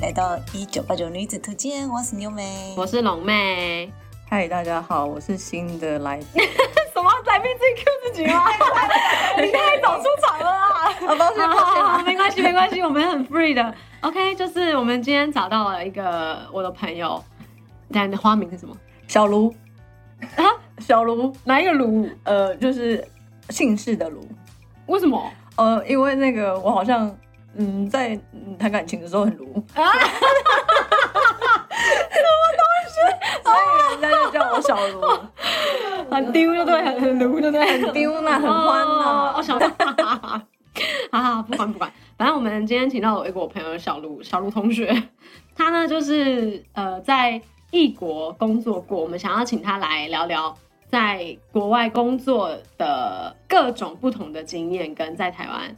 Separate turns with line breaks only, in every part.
来到一九八九女子图鉴，我是牛美，
我是龙妹。
嗨，大家好，我是新的来宾。
什么来宾自己 Q 自己吗？你太早出场了啦！
啊，抱 歉
好
抱歉
好
啊
好，没关系没关系，我们很 free 的。OK，就是我们今天找到了一个我的朋友，但你的花名是什么？
小卢
啊，
小卢，
哪一个卢？
呃，就是姓氏的卢。
为什么？
呃，因为那个我好像嗯，在嗯谈感情的时候很卢啊， 什么东西？所以人家就叫我小卢，
很丢就对， 很很卢就对，很
丢呢，很欢
哦
啊
我
呐。
想 到，哈哈哈哈哈，不管不管，反正我们今天请到我一个我朋友小卢，小卢同学，他呢就是呃在异国工作过，我们想要请他来聊聊在国外工作的各种不同的经验，跟在台湾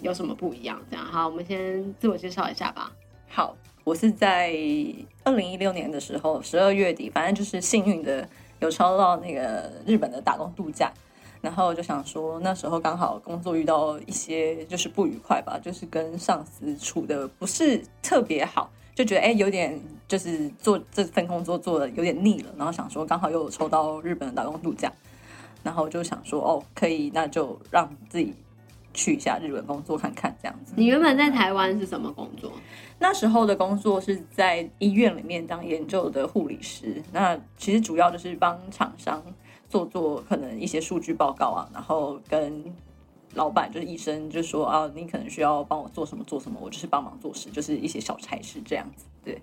有什么不一样？这样好，我们先自我介绍一下吧。
好，我是在二零一六年的时候，十二月底，反正就是幸运的有抽到那个日本的打工度假，然后就想说那时候刚好工作遇到一些就是不愉快吧，就是跟上司处的不是特别好，就觉得哎、有点就是做这份工作做的有点腻了，然后想说刚好又有抽到日本的打工度假，然后就想说哦可以，那就让自己去一下日本工作看看这样子。
你原本在台湾是什么工作？
那时候的工作是在医院里面当研究的护理师，那其实主要就是帮厂商做做可能一些数据报告啊，然后跟老板就是医生就说啊，你可能需要帮我做什么做什么，我就是帮忙做事，就是一些小差事这样子。对，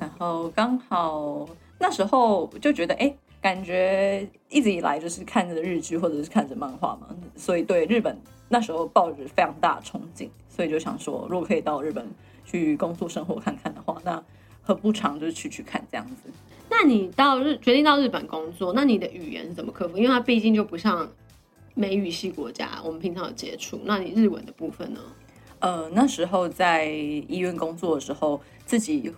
然后刚好那时候就觉得哎。诶感觉一直以来就是看着日剧或者是看着漫画嘛，所以对日本那时候抱着非常大的憧憬，所以就想说，如果可以到日本去工作生活看看的话，那何不尝就是去去看这样子？
那你到日决定到日本工作，那你的语言是怎么克服？因为它毕竟就不像美语系国家，我们平常有接触。那你日文的部分呢？
呃，那时候在医院工作的时候，自己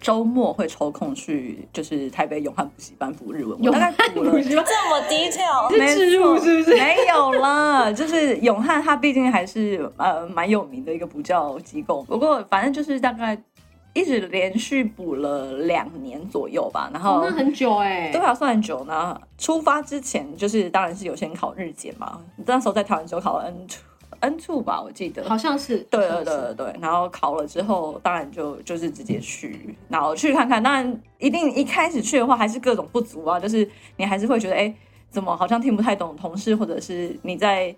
周末会抽空去就是台北永汉补习班补日文， 我大概 补了。
习 班
这么 detail，
是置入是不是？
没有啦，就是永汉，它毕竟还是呃蛮有名的一个补教机构。不过反正就是大概一直连续补了两年左右吧，然后、
哦，那很久哎、
都还算很久呢。出发之前就是当然是有先考日检嘛，那时候在台湾只有考 N two N two 吧，我记得。
好像是。
对啊
好
对
像是
对对，对然后考了之后，当然就就是直接去，然后去看看。当然，一定一开始去的话，还是各种不足啊，就是你还是会觉得，哎，怎么好像听不太懂同事，或者是你在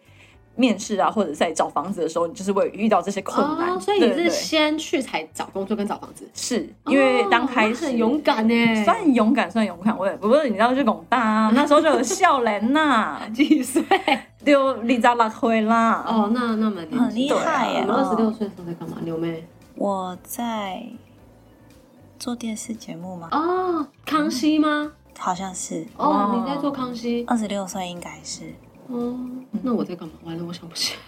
面试啊，或者在找房子的时候，你就是会遇到这些困难。
哦，所以
对
你
对
是
对
先去才找工作跟找房子，
是因为当开
哦
始、
那很勇敢欸呢、
算勇敢，算勇敢。我也不过你知道，就拱大啊，那时候就有笑脸呐，
几岁？
就你咋拉回啦？哦，
哦，那那蛮年轻
很厉害
我
耶！
们二十啊六岁的时候在干嘛？牛妹
我在做电视节目吗？
哦，康熙吗？
好像是
哦，
哇
你在做康熙？
二十六岁，应该是
哦，那我在干嘛？完了，我想不 起来。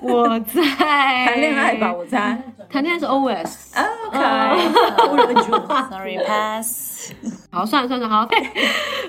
我在谈
谈恋爱吧，，我 猜。
谈恋爱是 OS。
OK，
不忍住，sorry pass。
好，算了算了，好，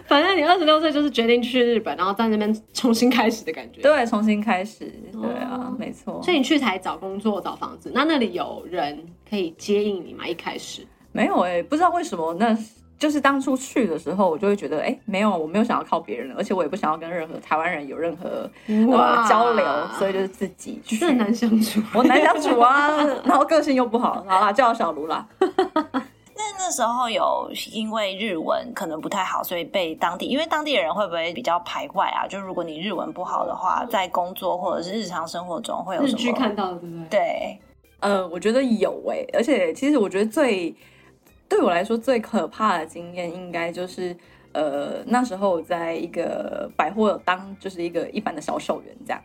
反正你二十六岁就是决定去日本，然后在那边重新开始的感觉。，
对，重新开始，对啊
哦，
没错
所。以你去才找工作、找房子，那那里有人可以接应你吗？一开始
没有哎、不知道为什么，那就是当初去的时候，我就会觉得，哎、没有，我没有想要靠别人，而且我也不想要跟任何台湾人有任何
哇
呃交流，所以就是自己去。
真的很难相处。
我难相处啊，然后个性又不好，好啦，叫我小卢啦。
那那时候有因为日文可能不太好，所以被当地，因为当地的人会不会比较排外啊？就如果你日文不好的话，在工作或者是日常生活中会有
日
什么？
剧看到的，对不对？
对，
呃，我觉得有诶、而且其实我觉得最对我来说最可怕的经验，应该就是呃那时候我在一个百货当就是一个一般的销售员这样，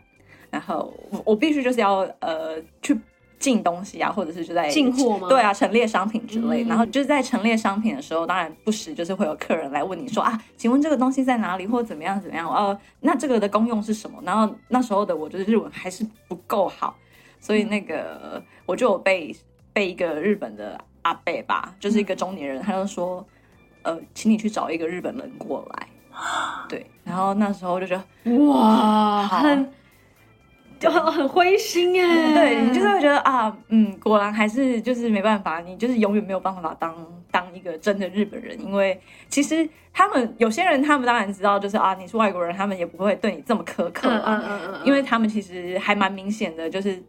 然后我我必须就是要呃去进东西啊，或者是就在
进货吗
对啊，陈列商品之类。
嗯
然后就是在陈列商品的时候，当然不时就是会有客人来问你说啊，请问这个东西在哪里，或怎么样怎么样？哦，那这个的功用是什么？然后那时候的我就是日文还是不够好，所以那个我就有被被一个日本的阿伯吧，就是一
嗯
个中年人，他就说，呃，请你去找一个日本人过来。对，然后那时候就觉得
哇，
好
很就很很灰心哎、
对你就是会觉得啊，嗯，果然还是就是没办法，你就是永远没有办法当当一个真的日本人，因为其实他们有些人，他们当然知道，就是啊，你是外国人，他们也不会对你这么苛刻
嗯嗯
啊，
嗯嗯，
因为他们其实还蛮明显的，就是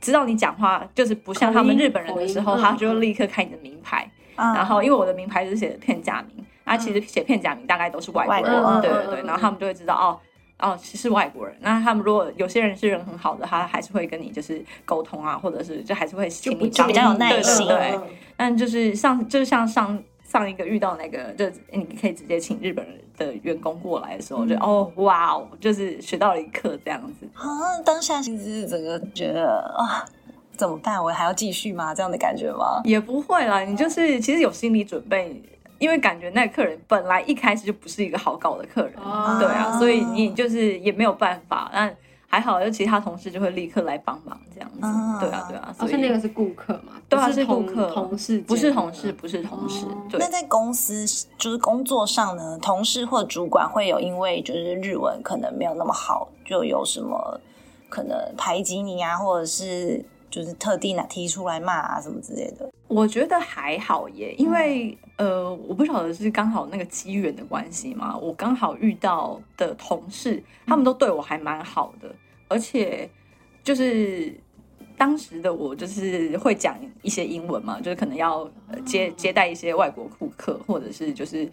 知道你讲话就是不像他们
口音
日本人的时
口
候，
音嗯
他就立刻看你的名牌，
嗯
然后因为我的名牌是写的片假名，啊，其实写片假名大概都是外国人，
外国人
对
嗯
对
嗯
对，
嗯
然后他们就会知道哦。哦，是外国人。那他们如果有些人是人很好的，他还是会跟你就是沟通啊，或者是就还是会请你
就比较有耐心嗯
对对对，但就是上，就是像上上一个遇到那个，就是你可以直接请日本人的员工过来的时候，
嗯
就哦哇哦，就是学到了一课这样子。
啊，当下其实是整个觉得啊，怎么办？我还要继续吗？这样的感觉吗？
也不会啦，你就是其实有心理准备，因为感觉那个客人本来一开始就不是一个好搞的客人，
哦
对啊，所以你就是也没有办法，但还好，就其他同事就会立刻来帮忙这样子，
嗯
啊
对啊，对啊，
而
所
且
以、
哦那个是顾客嘛，
对啊
不是
是顾
同
客
同事，
不是同事，，不是同事，
哦
对
那。在公司就是工作上呢，同事或主管会有因为就是日文可能没有那么好，就有什么可能排挤你啊，或者是就是特地拿提出来骂啊什么之类的。
我觉得还好耶，因为、呃，我不晓得是刚好那个机缘的关系嘛，我刚好遇到的同事，他们都对我还蛮好的，而且就是当时的我就是会讲一些英文嘛，就是可能要呃接接待一些外国顾客，或者是就是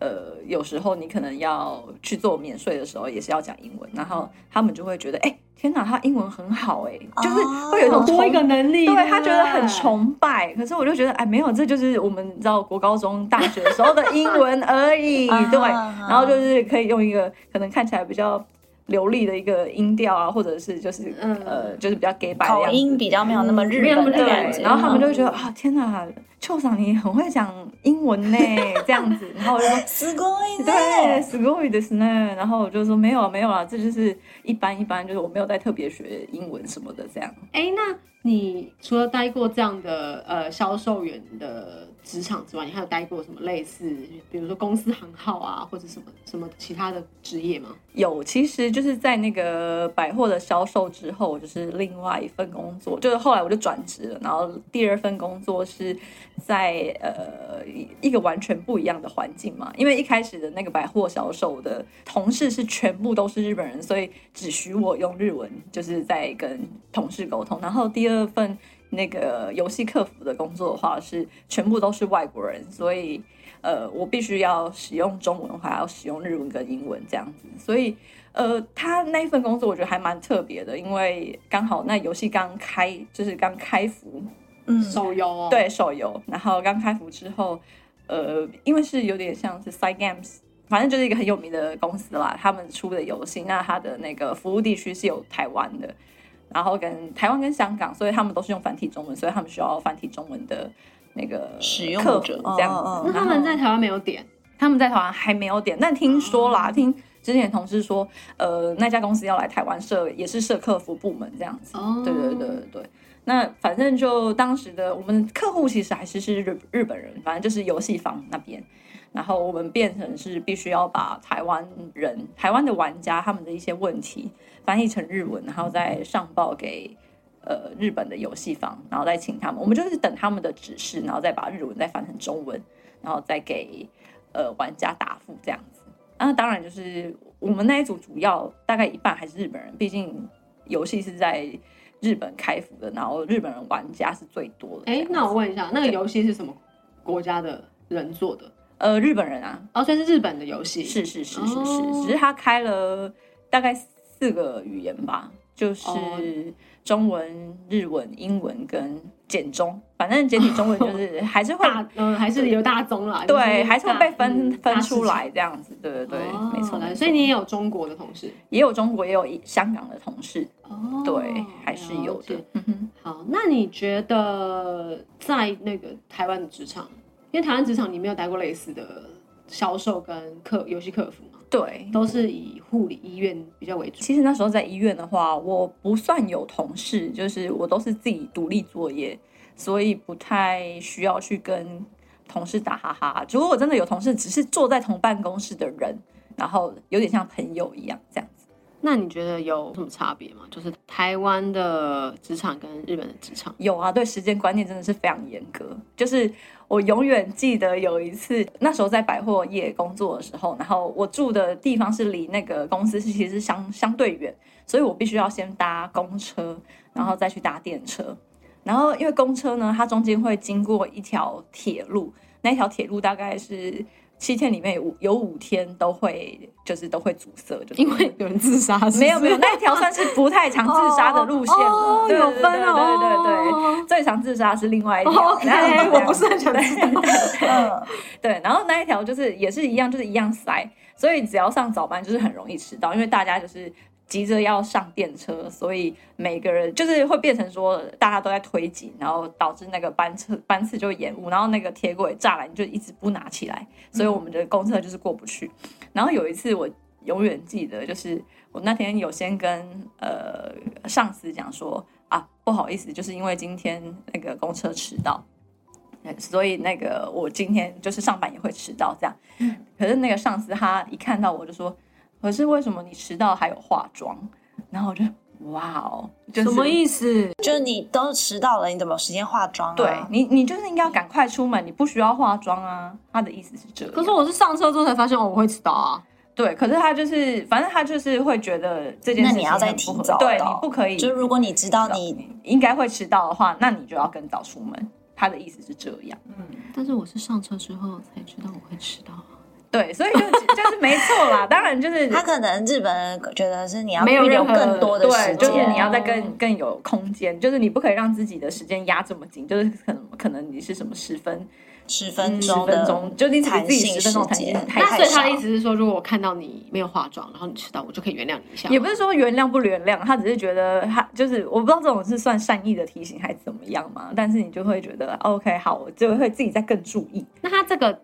呃，有时候你可能要去做免税的时候，也是要讲英文，然后他们就会觉得，哎、天哪，他英文很好哎、就是会有一
好
种
多一个
崇
能力，
啊
啊
对他觉得很。崇拜，可是我就觉得，哎，没有，这就是我们你知道国高中、大学时候的英文 而已
啊，
对。然后就是可以用一个可能看起来比较流利的一个音调啊，或者是就是、
嗯
呃，就是比较 gay 白的
口
样
音
子。嗯
比较没有那么日
没有那么
本
日
的
本
感觉，
对，然后他们就会觉得
嗯
啊，天哪，邱长你很会讲英文呢，这样子，然 后我就说。
すごい
对
ね。
すごいですね。然后我就说没有啊，没有啊，这就是一般一般，就是我没有在特别学英文什么的这样。
哎，那你除了待过这样的呃销售员的职场之外，你还有待过什么类似，比如说公司行号啊，或者什么什么其他的职业吗？
有，其实就是在那个百货的销售之后，就是另外一份工作，就是后来我就转职了，然后第二份工作是在呃一一个完全不一样的环境嘛，因为一开始的那个百货销售的同事是全部都是日本人，所以只许我用日文，就是在跟同事沟通，然后第二份。那个游戏客服的工作的话，是全部都是外国人，所以呃，我必须要使用中文，还要使用日文跟英文这样子。所以，呃，他那一份工作我觉得还蛮特别的，因为刚好那游戏刚开，就是刚开服，
嗯，
手游哦，，
对手游，然后刚开服之后，呃，因为是有点像是 Side Games。反正就是一个很有名的公司啦，他们出的游戏，那它的那个服务地区是有台湾的，然后跟台湾跟香港，所以他们都是用繁体中文，所以他们需要繁体中文的那个
使用
客
者
服这样子。
哦哦哦
那他
然
们
后
在台湾没有点，
他们在台湾还没有点，但听说啦，听之前同事说，呃，那家公司要来台湾设，也是设客服部门这样子。
哦
对对对对对。那反正就当时的我们客户其实还是是日日本人，反正就是游戏方那边，然后我们变成是必须要把台湾人、台湾的玩家他们的一些问题翻译成日文，然后再上报给呃日本的游戏方，然后再请他们，我们就是等他们的指示，然后再把日文再翻成中文，然后再给呃玩家答复这样子。那当然就是我们那一组主要大概一半还是日本人，毕竟游戏是在日本开服的，然后日本人玩家是最多的这样
哎
子。，
那我问一下，那个游戏是什么国家的人做的？
呃日本人啊，
哦，所以是日本的游戏，
是是是是
哦
是，只是他开了大概四个语言吧，就是
哦
中文、日文、英文跟简中，反正简体中文就是还是会
大，嗯，还是有大宗啦，就是
对，还是会被
大
分
嗯
分
大市
出
场
来这样子，对对对，
哦
没错
了解。
没
所
错
以你也有中国的同事，
也有中国，也有香港的同事，
哦
对，还是有的。。嗯哼
好，那你觉得在那个台湾的职场，因为台湾职场你没有待过类似的销售跟客游戏客服嘛，
对，
都是以护理医院比较为主。
其实那时候在医院的话，我不算有同事，就是我都是自己独立作业，所以不太需要去跟同事打哈哈。如果我真的有同事，只是坐在同办公室的人，然后有点像朋友一样这样子。
那你觉得有什么差别吗？就是台湾的职场跟日本的职场，
有啊，对时间观念真的是非常严格。就是我永远记得有一次，那时候在百货业工作的时候，然后我住的地方是离那个公司是其实是相相对远，所以我必须要先搭公车，然后再去搭电车。然后因为公车呢，它中间会经过一条铁路，那一条铁路大概是七天里面有五有五天都会就是都会阻塞，就是
因为有人自杀是不是，
没有没有，那一条算是不太常自杀的路线了。
哦
对
有分哦，
对对对对对
对
最常自杀是另外一条。
哦，OK，
然后
我不是很想知 道
对
嗯，
对，然后那一条就是也是一样，就是一样塞，所以只要上早班就是很容易迟到，因为大家就是。急着要上电车，所以每个人就是会变成说大家都在推挤，然后导致那个班车班次就延误，然后那个铁轨栅栏就一直不拿起来，所以我们的
嗯
公车就是过不去。然后有一次我永远记得，就是我那天有先跟呃上司讲说啊，不好意思，就是因为今天那个公车迟到，呃所以那个我今天就是上班也会迟到这样。
嗯
可是那个上司他一看到我就说，可是为什么你迟到还有化妆？然后我就哇哦，就是、
什么意思？啊
就是你都迟到了，你怎么有时间化妆啊？
对你，你就是应该要赶快出门，你不需要化妆啊。他的意思是这样。
可是我是上车之后才发现，哦，我会迟到啊。
对，可是他就是，反正他就是会觉得这件
那
事
你
情
要再
很不
提
合
早
对你
到
不可以，
就如果你知道你
你应该会迟到的话，那你就要更早出门。他的意思是这样，
但是我是上车之后才知道我会迟到。啊
对，所以就就是没错啦。当然就是
他可能日本人觉得是你要
没有
预留
任何
更多的时
对，
间，
就是你要再更更有空间，就是你不可以让自己的时间压这么紧，就是可能可能你是什么十分
十分
十
钟
分
的
钟，就你只给自己十分钟
弹
弹
性时
性
间
太
那
太
所以
少
他的意思是说，如果我看到你没有化妆，然后你迟到，我就可以原谅你一下吗。
也不是说原谅不原谅，他只是觉得他就是我不知道这种是算善意的提醒还是怎么样嘛，但是你就会觉得 OK 好，我就会自己再更注意。
那他这个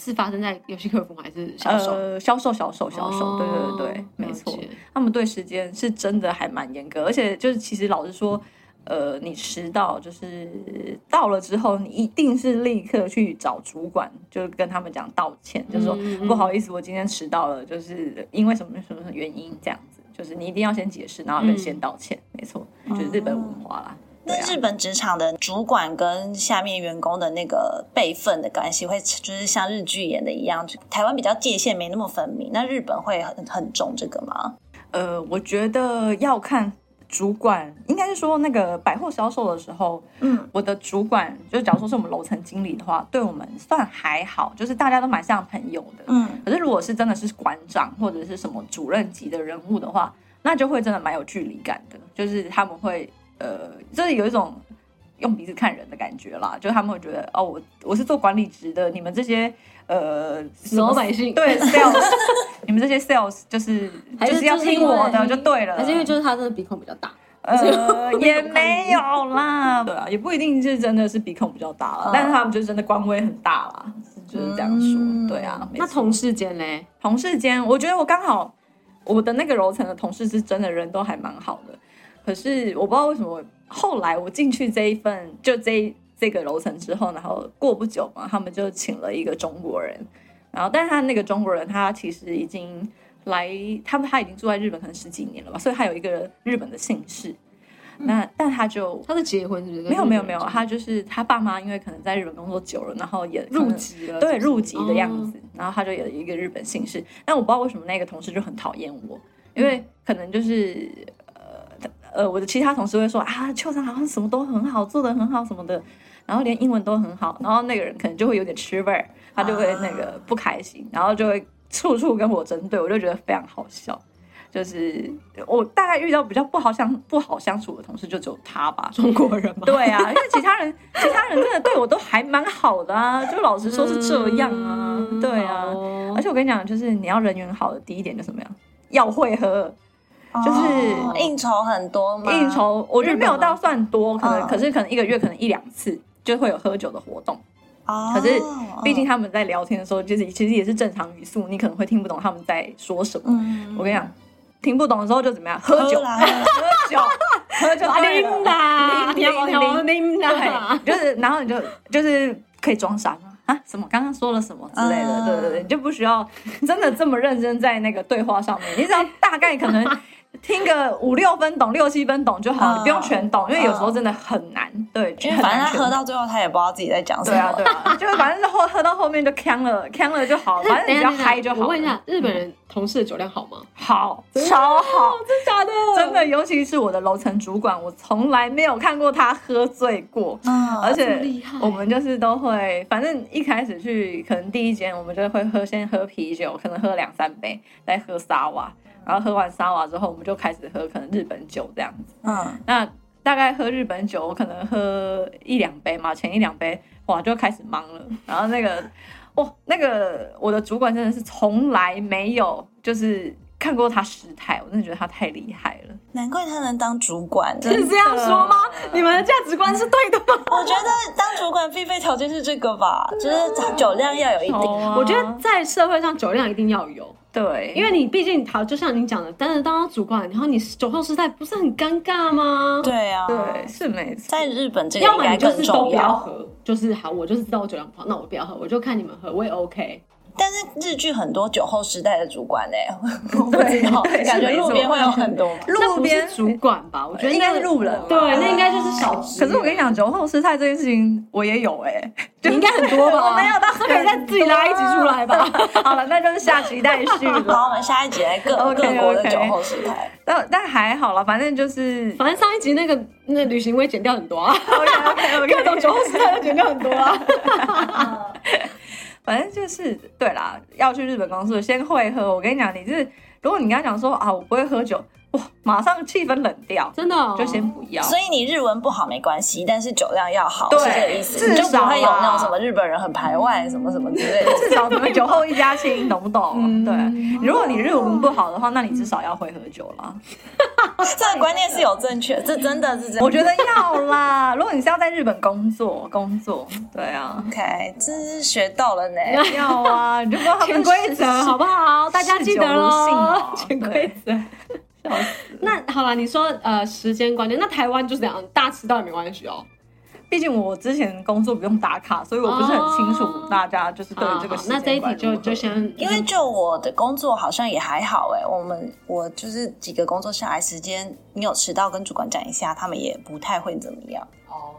是发生在游戏客服吗还是销售？
呃，销售销售销售，
哦
对对对，没错
了。解
他们对时间是真的还蛮严格，而且就是其实老实说，呃，你迟到就是到了之后，你一定是立刻去找主管，就跟他们讲道歉，就是说、
嗯嗯
不好意思，我今天迟到了，就是因为什么什么什么原因这样子，就是你一定要先解释，然后跟
嗯
先道歉，没错，就是日本文化啦。对
那
啊
日本职场的主管跟下面员工的那个辈分的关系，会就是像日剧演的一样，就台湾比较界限没那么分明，那日本会很很重这个吗？
呃，我觉得要看主管，应该是说那个百货销售的时候，
嗯，
我的主管就假如说是我们楼层经理的话，对我们算还好，就是大家都蛮像朋友的。
嗯，
可是如果是真的是馆长或者是什么主任级的人物的话，那就会真的蛮有距离感的，就是他们会呃，就是有一种用鼻子看人的感觉啦，就是他们会觉得哦，我我是做管理职的，你们这些呃什么
老百姓
对 sales，你们这些 sales 就是
还
就是是要听我的
因为
就对了，
还是因为就是他真的鼻孔比较大，
呃，也
看
没有啦，对啊，也不一定是真的是鼻孔比较大啦，
嗯
但是他们就真的官威很大啦，就是这样说，
嗯
对啊。没
那
错
同事间嘞？
同事间，我觉得我刚好我的那个楼层的同事是真的人都还蛮好的，可是我不知道为什么后来我进去这一份就这一这个楼层之后，然后过不久嘛，他们就请了一个中国人，然后但是他那个中国人他其实已经来，他们他已经住在日本可能十几年了吧，所以他有一个日本的姓氏，
嗯
那但他就。
他是结婚是不是？
没有没有没有，
嗯
他就是他爸妈，因为可能在日本工作久了，然后也可能
入籍了，
对
是不是
入籍的样。
哦
子，然后他就有一个日本姓氏，但我不知道为什么那个同事就很讨厌我，因
嗯
为可能就是呃呃我的其他同事会说啊，秋长好像什么都很好，做的很好什么的，然后连英文都很好，然后那个人可能就会有点吃味儿，他就会那个不开心，然后就会处处跟我针对，我就觉得非常好笑。就是我大概遇到比较不好相不好相处的同事，就只有他吧。
中国人嘛，
对啊，因为其他人其他人真的对我都还蛮好的啊，就老实说是这样啊，
嗯
对啊。
好哦
而且我跟你讲，就是你要人缘好的第一点就是什么呀？要会合，就是
哦应酬很多吗？
应酬我觉得没有到算多，可能、
嗯
可是可能一个月可能一两次就会有喝酒的活动。
哦，
可是毕竟
他
他们在聊天的时候，就是其实也是正常语速，你可能会听不懂他们在说什么。
嗯
我跟你讲，听不懂的时候就怎么样，喝酒，
啦
喝酒，喝 酒
啊，
对了，
琳达，
琳
条条琳达，
对，啊就是然后你就就是可以装傻嘛啊，什么刚刚说了什么之类
嗯
的，
啊
对对对，你就不需要真的这么认真在那个对话上面，你只要大概可能听个五六分懂、六七分懂就好，
嗯
你不用全懂，因为有时候
嗯
真的很难。对，
因为
很
反正
难
他
全
喝到最后，他也不知道自己在讲什
对
么。
啊对啊，就是反正后喝到后面就呛了，呛了就好， 反 正
等
你
一
只
下
要
等一下
嗨就好了。
我问一下，日本人同事的酒量好吗？
好，超好，
真假的？
真的，尤其是我的楼层主管，我从来没有看过他喝醉过。而
嗯，
哦这么
且
厉害
我们就是都会，反正一开始去，可能第一间我们就会喝，先喝啤酒，可能喝两三杯，再喝沙瓦，然后喝完沙瓦之后，我们就开始喝可能日本酒这样子。
嗯，
那大概喝日本酒，我可能喝一两杯嘛，前一两杯哇就开始忙了。然后那个，哇，那个我的主管真的是从来没有就是看过他失态，我真的觉得他太厉害了。
难怪他能当主管。真
是
的
这样说吗？你们的价值观是对的吗？
我觉得当主管必备条件是这个吧，就是酒量要有一定。
啊
我觉得在社会上酒量一定要有，
对，
因为你毕竟好，就像你讲的，担任当主管，然后你酒后失态，不是很尴尬吗？，
对啊，
对是没错，
在日本这个
要
应
么你
该
就
更
是都
重
不要喝，就是好，我就是知道我酒量不好，那我不要喝，我就看你们喝，我也 OK。
但是日剧很多酒后时代的主管呢、欸 我不知道，
对
感觉
是没
路
错
边会有很 多吧。
那
路
不是
边呃
主管吧？我觉得
应该
那
是路人吧
对，那应该就是小职。
可是我跟你，讲，酒后失态这件事情，我也有哎、
你应该啊很多吧？
我没有到很多，
可以再自己拉一集出来吧。
好了，那就是下集待续
好，
了。
我们下一集来各各
OK，OK
国的酒后时代。
但但还好了，反 正就是
反正上一集那个那旅行我也剪掉很多 啊，
OK OK OK，
各种酒后失态都剪掉很多啊。
啊 反正就是对啦，要去日本工作，先会喝。我跟你讲，你是如果你跟他讲说啊，我不会喝酒，哇，马上气氛冷掉，
真的哦
就先不要。
所以你日文不好没关系，但是酒量要好，
对
是这个意思。
至
你就
少
不会有
啦
那种什么日本人很排外什么什么之 类的。
至少你们酒后一家亲，懂不懂？
嗯
对，如果你日文不好的话，那你至少要会喝酒啦。
这个观念是有正确，这真的是这样。
我觉得要啦，如果你是要在日本工作，工作，对啊，
OK，真是学到了呢。
要啊，你就说他
潜
们
规则好不好？大家记得喽，
嗜酒
潜
如性哦
规则。
笑死
那好了，你说呃时间观念，那台湾就这样，大迟到也没关系哦。
毕竟我之前工作不用打卡，所以我不是很清
哦
楚大家就是对于这个
好
时
那这一
间
题
观
就
如何
就先，
因为就我的工作好像也还好哎、我们我就是几个工作下来时间，你有迟到跟主管讲一下，他们也不太会怎么样。
哦，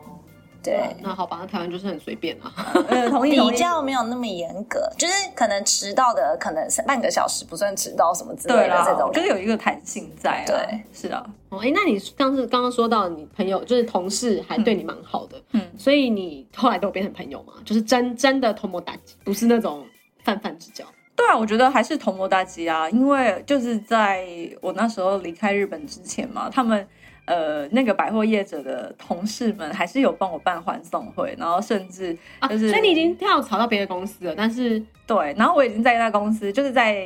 对，
那好吧，那台湾就是很随便啊。
呃同意同
比
意。
较没有那么严格，就是可能迟到的可能是半个小时不算迟到什么之
对
类的
啦
这种，
就是有一个弹性在、啊。
对，
是啊，
哦，哎，那你上次刚刚说到你朋友就是同事还对你蛮好的，
嗯
所以你后来都有变成朋友吗？就是真真的同谋打击，不是那种泛泛之交。
对啊，我觉得还是同谋大吉啊，因为就是在我那时候离开日本之前嘛，他们。呃，那个百货业者的同事们还是有帮我办欢送会，然后甚至
啊，
就是
所以你已经跳槽到别的公司了，但是
对，然后我已经在那公司，就是在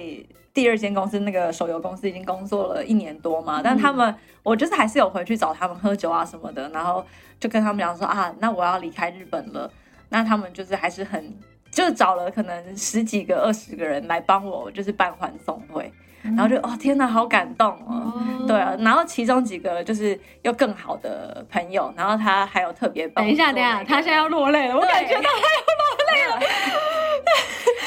第二间公司那个手游公司已经工作了一年多嘛，但他
嗯
们我就是还是有回去找他们喝酒啊什么的，然后就跟他们讲说啊，那我要离开日本了，那他们就是还是很。就找了可能十几个、二十个人来帮我，就是办欢送会，然后就哦天哪，好感动哦！
嗯哦
对啊，然后其中几个就是又更好的朋友，然后他还有特别
等
帮我
一下，
做
等一
那
下，
个
他现在要落泪了，我感觉到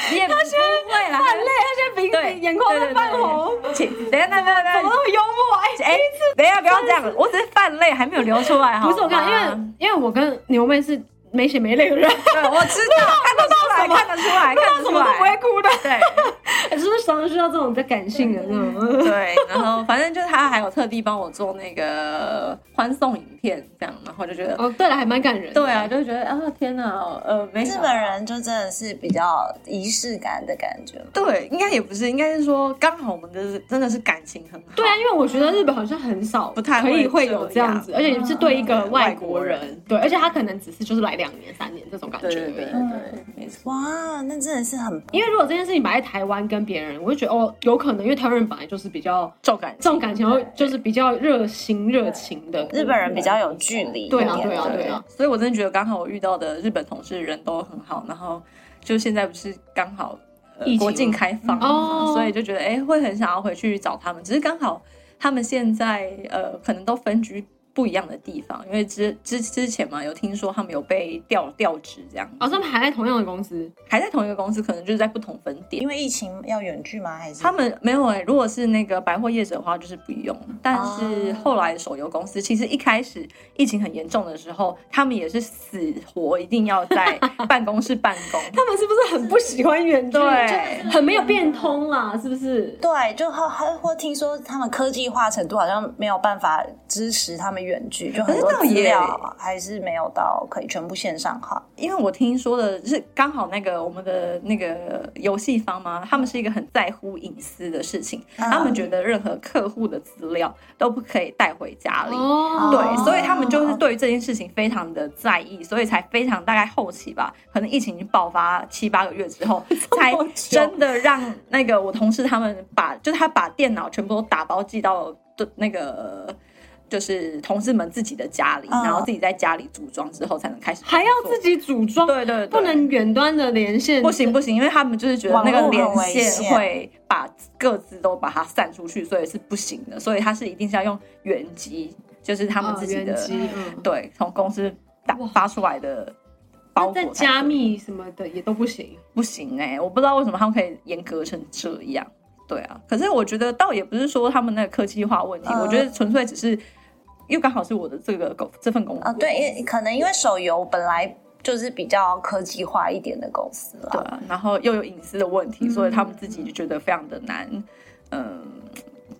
你也不会啦，
很累，他现在
对
鼻子眼眶都泛红，
对对对请等一下，等一下，等
怎么那
一下，
么幽默？哎，
哎，等一下，不要这样，我只是泛泪还没有流出来，好
不
吗
是我看，因为因为我跟牛妹是没血没泪的人，
对，我知道，看得出来，看得出来，看得
什
出
么都不会
来，
哭的，
对
是不是常常需要这种比较感性的那种？
对，然后反正就是他还有特地帮我做那个欢送影片，这样，然后就觉得，
哦，对了，还蛮感人。
对啊，，就觉得啊，天哪，呃，没
日
想到
本人就真的是比较仪式感的感觉。
对，应该也不是，应该是说刚好我们的真的是感情很好，
对啊，因为我觉得日本好像很少
不太
可
会
以会有这样子，而且是对一个
嗯
外
外
国
国
人
人，
对，而且他可能只是就是来两年、三年这种感觉
对
而已。
对对对对，
嗯
没错，
哇，那真的是很
因为如果这件事情摆在台湾跟别人，我就觉得哦，有可能，因为台湾人本来就是比较
重感
这
情，
种感情，会就是比较热心热情的。
日本人比较有距离一
对
点
啊
的。
对啊对啊
所以我真的觉得刚好我遇到的日本同事人都很好，然后就现在不是刚好、呃
疫情
国境开放嘛
哦
所以就觉得哎、诶会很想要回去找他们，只是刚好他们现在呃可能都分居不一样的地方，因为之之之前嘛，有听说他们有被调调职这样，
哦，他们还在同样的公司，
还在同一个公司，可能就是在不同分店。
因为疫情要远距吗？还是
他们没有哎、如果是那个百货业者的话，就是不用。但是
哦
后来手游公司，其实一开始疫情很严重的时候，他们也是死活一定要在办公室办 公。
他们是不是很不喜欢远距？
对
就很没有变通啦，是不是？
对，就还还或听说他们科技化程度好像没有办法支持他们远距，就很多
可是倒
资
也
料还是没有到可以全部线上化。
因为我听说的是刚好那个我们的那个游戏方嘛，他们是一个很在乎隐私的事情，
嗯
他们觉得任何客户的资料都不可以带回家里。
哦
对，所以他们就是对于这件事情非常的在意，所以才非常大概后期吧，可能疫情已经爆发七八个月 之后，才真的让那个我同事他们把，就是他把电脑全部都打包寄到的那个。就是同事们自己的家里，
嗯
然后自己在家里组装之后，才能开始
还要
做
自己组装，
对对对，
不能远端的连线，
不行不行，因为他们就是觉得那个
网络
连
很危
线
险
会把各自都把它散出去，所以是不行的，所以他是一定是要用原机，就是他们自己的、
哦原机嗯
对，从公司打
哇
发出来的包
那在
裹才可以，
加密什么的也都不行。
不行哎、我不知道为什么他们可以严格成这样。对啊，可是我觉得倒也不是说他们那个科技化问题，
嗯
我觉
呃
得纯粹只是因为刚好是我的这个工这份工作，
呃
啊，对，因为可能因为手游本来就是比较科技化一点的公司
对
啦。
啊，然后又有隐私的问题，所以他们自己就觉得非常的难，嗯，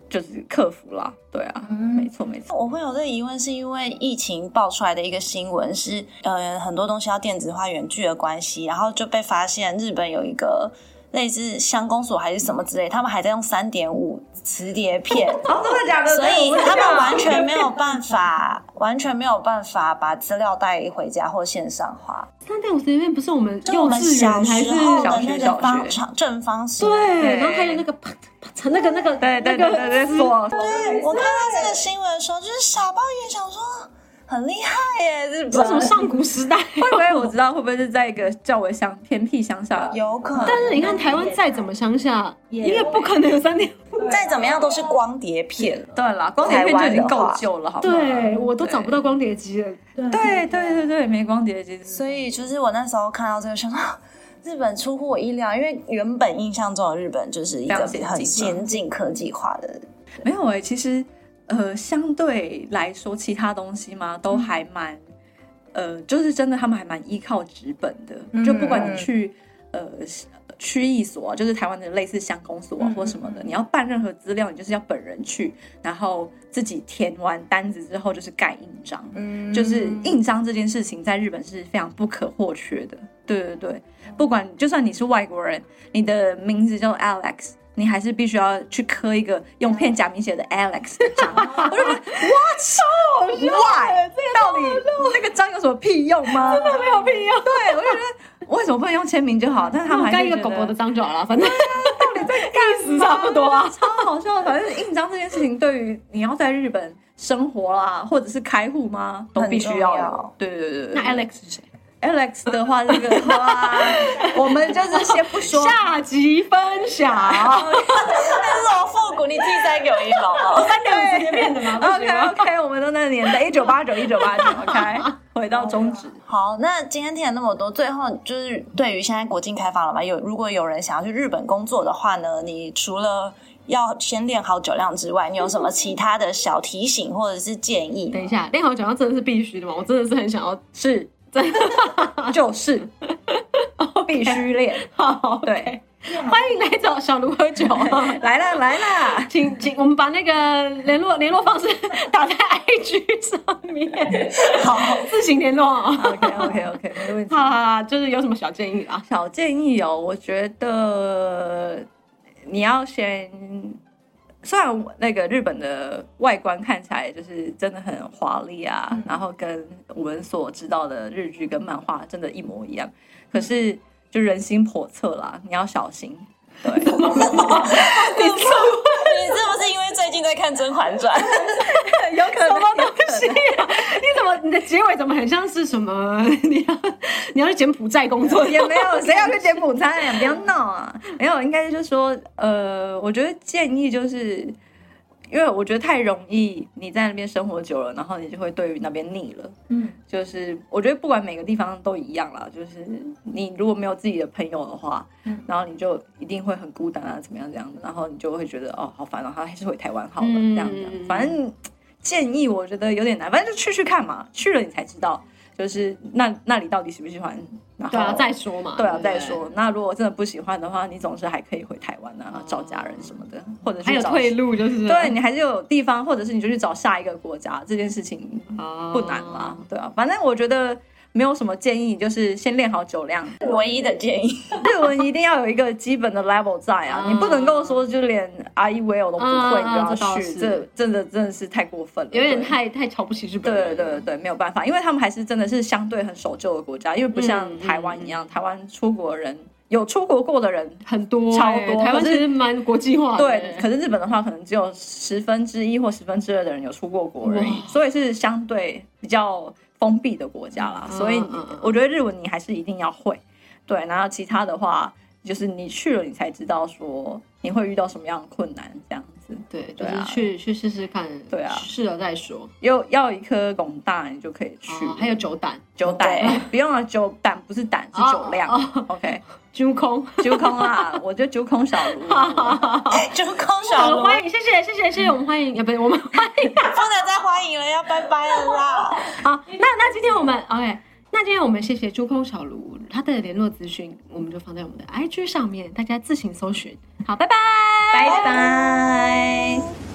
就是克服啦。对啊，
嗯
没错没错。
我会有这个疑问，是因为疫情爆出来的一个新闻是，呃，很多东西要电子化、远距的关系，然后就被发现日本有一个类似乡公所还是什么之类，他们还在用三点五磁碟片，
哦，真的假的？
所以
我不知
他
道
们完全没有办法，完全没有办法把资料带回家或线上化。
三点五十元不是我们
就
幼
我们
稚
小
园还
时
是
候
小
的
学
那
小
个
学
方长正方形，
对，
对
然后还有那个啪啪嚓那个那个
对对对对对，锁
对我看到这个新闻的时候，就是傻包也想说很厉害耶，日
为什么
本。
上古时代？
会不会我知道？会不会是在一个较为乡偏僻乡下？
有可能，
但是你看台湾再怎么乡下，你也不可能有三点。
再怎么样都是光碟片了。
对啦，光碟片就已经
台湾的
够
话
旧了，好不好？
对我都找不到光碟机了。
对。对对对对，没光碟机，
所以就是我那时候看到这个，想到 日本出乎我意料，因为原本印象中的日本就是一个
非常先进
很先进科技化的。
没有哎、其实呃，相对来说，其他东西嘛，都还蛮呃，就是真的，他们还蛮依靠纸本的。就不管你去呃区役所啊，就是台湾的类似乡公所啊、或什么的，你要办任何资料，你就是要本人去，然后自己填完单子之后就是盖印章。
嗯
就是印章这件事情在日本是非常不可或缺的。对对对，不管就算你是外国人，你的名字叫 Alex，你还是必须要去刻一个用片假名写的 Alex 的章。我就觉得哇，超好笑！Why？到底
啊
那个章有什么屁用吗？真的没有屁用。对，我就觉得为什么不能用签名就好？但是他
那我
们还
盖
是
一个
觉
狗
得
狗的章就好了，反正
到底在干
死差不多啊。
超好笑的，反正印章这件事情，对于你要在日本生活啦，或者是开户吗，都必须要
很重
有
要。
对对对 对。
那 Alex 是谁？
Alex 的话，这个哇， 我们就是先不说。
下集分享。
但是我复古，你自己再给我一老好？
三点五十变的吗
OK OK，我们都那个年代，一九八九一九八九，OK，回到宗旨。
好，那今天听了那么多，最后就是对于现在国境开放了嘛，有如果有人想要去日本工作的话呢，你除了要先练好酒量之外，你有什么其他的小提醒或者是建议吗？
等一下，练好讲到真的是必须的吗？我真的是很想要
是，
真的。
就是， 必须练。
好，
对，
欢迎来找小卢喝酒啊。
来啦来 啦，
请请我们把那个联络联络方式打在 IG 上 面，
好，
自行联络啊。
OK OK OK，没问题。
好好好，就是有什么小建议啊？
小建议哦，我觉得你要先，虽然那个日本的外观看起来就是真的很华丽啊，然后跟我们所知道的日剧跟漫画真的一模一样，可是就人心叵测啦，你要小心。对，
你是不是因为最近在看《甄嬛传》？
有可能，有可能。
你怎么你的结尾怎么很像是什么？你要你要去柬埔寨工作？
也没有，谁要去啊柬埔寨呀？不要闹啊！没有，应该就是说，呃，我觉得建议就是因为我觉得太容易，你在那边生活久了，然后你就会对于那边腻了。
嗯，
就是我觉得不管每个地方都一样啦，就是你如果没有自己的朋友的话，
嗯
然后你就一定会很孤单啊，怎么样怎样的，然后你就会觉得哦好烦啊，还是回台湾好了，
嗯
这样这样。反正建议我觉得有点难，反正就去去看嘛，去了你才知道，就是那那里到底喜不喜欢。然 后
对啊，再说嘛，
对啊
不
再，说，那如果真的不喜欢的话，你总是还可以回台湾啊，找家人什么的，或者
还
去
有
找
退路啊就是
对你还是有地方，或者是你就去找下一个国家，这件事情不
不
难
哦
啦，对啊，反正我觉得没有什么建议，就是先练好酒量，
唯一的建议，
日文一定要有一个基本的 level 在
啊
啊，你不能够说就连 I E V O 都不会，
啊啊
你
这
就
倒
要去，
是
这真的真的是太过分了，
有点
对。
太太瞧不起日本
对
人，
对对，没有办法，因为他们还是真的是相对很守旧的国家，因为不像
嗯
台湾一样，台湾出国人有出国过的人
很多欸
超多
台湾
可
其
是
实蛮国际化的
对
欸，，
可是日本的话，可能只有十分之一或十分之二的人有出过国而
哇
已，所以是相对比较封闭的国家啦。
嗯
所以
嗯嗯
我觉得日文你还是一定要会，对。然后其他的话，就是你去了你才知道说你会遇到什么样的困难，这样子。
对，就
对
是
啊
去、去试试看，
对啊
试了再说。
又要一颗拱大，你就可以去。
哦还有酒胆、
酒胆
对，
不用啊，酒胆不是胆，是酒量。
哦哦
OK，
军空，
酒空啊，我就酒空小卢啊。
就空
我
小
们
罗
欢迎，谢谢谢谢谢谢，我们 欢迎，啊，不是我们欢迎
不能再欢迎了，要拜拜了啦！
好，那那今天我们 OK，那今天我们谢谢猪空小卢，他的联络资讯我们就放在我们的 IG 上面，大家自行搜寻。好，拜拜。
拜拜。